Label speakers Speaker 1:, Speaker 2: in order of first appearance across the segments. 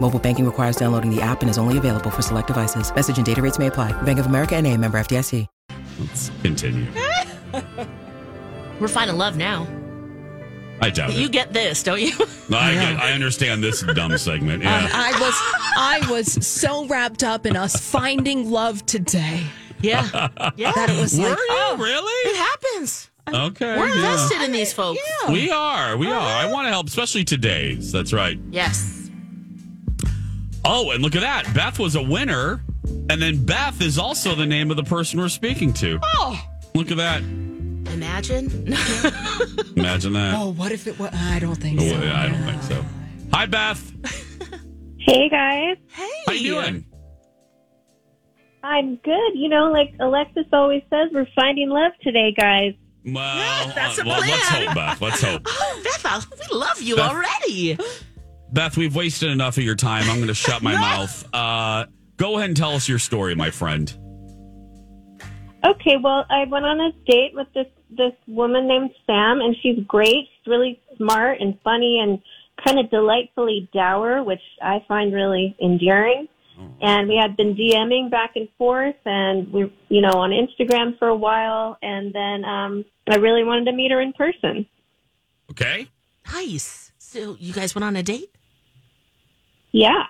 Speaker 1: Mobile banking requires downloading the app and is only available for select devices. Message and data rates may apply. Bank of America and a member FDIC.
Speaker 2: Let's continue.
Speaker 3: We're finding love now.
Speaker 2: I doubt
Speaker 3: You
Speaker 2: it.
Speaker 3: get this, don't you?
Speaker 2: I, get- I understand this dumb segment.
Speaker 4: Um,
Speaker 2: Yeah.
Speaker 4: I was I was so wrapped up in us finding love today.
Speaker 3: yeah. Yeah.
Speaker 4: That it was
Speaker 2: Were
Speaker 4: like,
Speaker 2: you
Speaker 4: oh,
Speaker 3: it
Speaker 2: really?
Speaker 3: happens.
Speaker 2: Okay.
Speaker 3: We're
Speaker 2: yeah.
Speaker 3: invested in these folks.
Speaker 2: We are. We are. I want to help, especially today's. That's right.
Speaker 3: Yes.
Speaker 2: Oh, and look at that. Beth was a winner. And then Beth is also the name of the person we're speaking to. Oh. Look at that.
Speaker 3: Imagine.
Speaker 2: Imagine that.
Speaker 4: oh, what if it was? I don't think
Speaker 2: Oh,
Speaker 4: so.
Speaker 2: yeah, I don't think so. Hi, Beth.
Speaker 5: Hey guys,
Speaker 3: hey.
Speaker 2: How you doing?
Speaker 5: I'm good. You know, like Alexis always says, we're finding love today, guys.
Speaker 2: Well,
Speaker 3: That's
Speaker 2: uh,
Speaker 3: a
Speaker 2: well let's
Speaker 3: plan.
Speaker 2: hope, Beth. Let's hope.
Speaker 3: Oh, Beth, I- we love you
Speaker 2: Beth.
Speaker 3: already.
Speaker 2: Beth, we've wasted enough of your time. I'm going to shut my mouth. Uh, go ahead and tell us your story, my friend.
Speaker 5: Okay, well, I went on a date with this this woman named Sam, and she's great. She's really smart and funny and kind of delightfully dour, which I find really endearing. And we had been DMing back and forth, and we, you know, on Instagram for a while, and then um, I really wanted to meet her in person.
Speaker 2: Okay.
Speaker 3: Nice. So you guys went on a date?
Speaker 5: Yeah,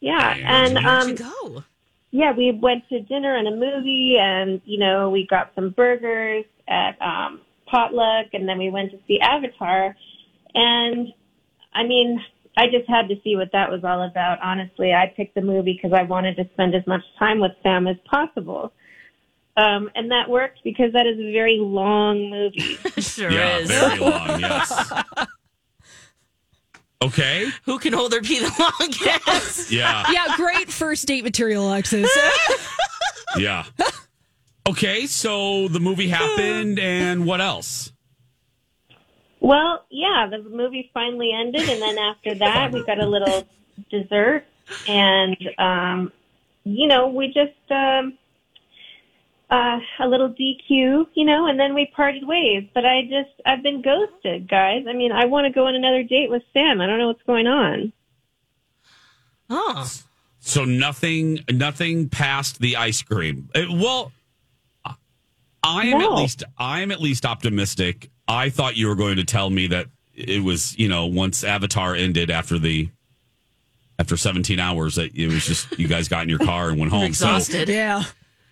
Speaker 5: yeah,
Speaker 2: Hey,
Speaker 5: and
Speaker 2: where'd
Speaker 3: Where'd
Speaker 5: um,
Speaker 3: you go?
Speaker 5: yeah, we went to dinner and a movie, and you know, we got some burgers at um, potluck, and then we went to see Avatar. And I mean, I just had to see what that was all about. Honestly, I picked the movie because I wanted to spend as much time with Sam as possible. Um, and that worked because that is a very long movie.
Speaker 3: sure
Speaker 2: yeah,
Speaker 3: is.
Speaker 2: very long. Yes. Okay.
Speaker 3: Who can hold their pee the longest?
Speaker 2: Yeah.
Speaker 4: Yeah, great first date material, Alexis.
Speaker 2: Yeah. Okay. So the movie happened, and what else?
Speaker 5: Well, yeah, the movie finally ended, and then after that, we got a little dessert, and um, you know, we just um, uh, a little DQ, you know, and then we parted ways. But I just, I've been ghosted, guys. I mean, I want to go on another date with Sam. I don't know what's going on.
Speaker 3: oh.
Speaker 2: So nothing, nothing past the ice cream. Uh, well, I am
Speaker 5: No.
Speaker 2: at least, I am at least optimistic. I thought you were going to tell me that it was, you know, once Avatar ended after the, after 17 hours, that it was just you guys got in your car and went home. So
Speaker 3: Exhausted.
Speaker 4: yeah.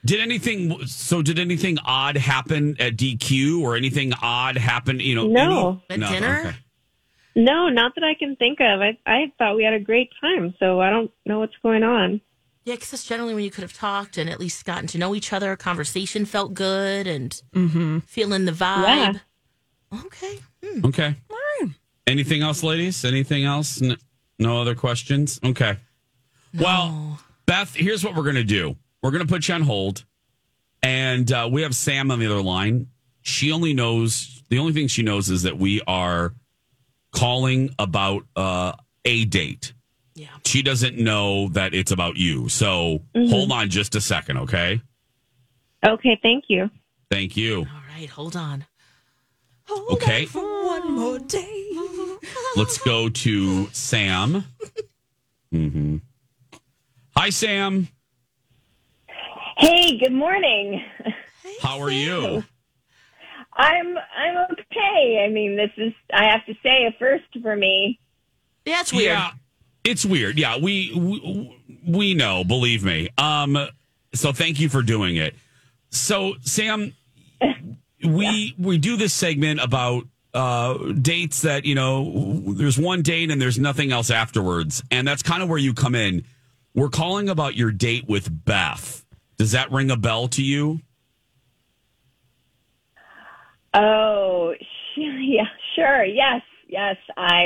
Speaker 2: did anything? So did anything odd happen at DQ or anything odd happen? You know,
Speaker 5: No.
Speaker 2: any-
Speaker 3: At dinner?
Speaker 2: okay.
Speaker 5: No, not that I can think of. I, I thought we had a great time, so I don't know what's going on.
Speaker 3: Yeah, because that's generally when you could have talked and at least gotten to know each other. Conversation felt good and feeling the vibe. Okay.
Speaker 2: Okay. Anything else, ladies? Anything else? N- No other questions? Okay. Well, Beth, here's what we're going to do we're going to put you on hold. And uh, we have Sam on the other line. She only knows, the only thing she knows is that we are calling about uh, a date.
Speaker 3: Yeah.
Speaker 2: She doesn't know that it's about you. So hold on just a second, okay?
Speaker 5: Okay, thank you.
Speaker 2: Thank you.
Speaker 3: All right, hold on.
Speaker 2: Okay.
Speaker 4: One more day.
Speaker 2: Let's go to Sam. Mm-hmm. Hi, Sam.
Speaker 6: Hey, good morning.
Speaker 2: How are you?
Speaker 6: I'm I'm okay. I mean, this is I have to say a first for me.
Speaker 3: That's weird.
Speaker 2: Yeah, it's weird. Yeah, we, we we know. Believe me. Um, so thank you for doing it. So, Sam, we we do this segment about uh, dates that you know there's one date and there's nothing else afterwards, and that's kind of where you come in. We're calling about your date with Beth. Does that ring a bell to you?
Speaker 5: Oh, sh- yeah, sure. Yes, yes. I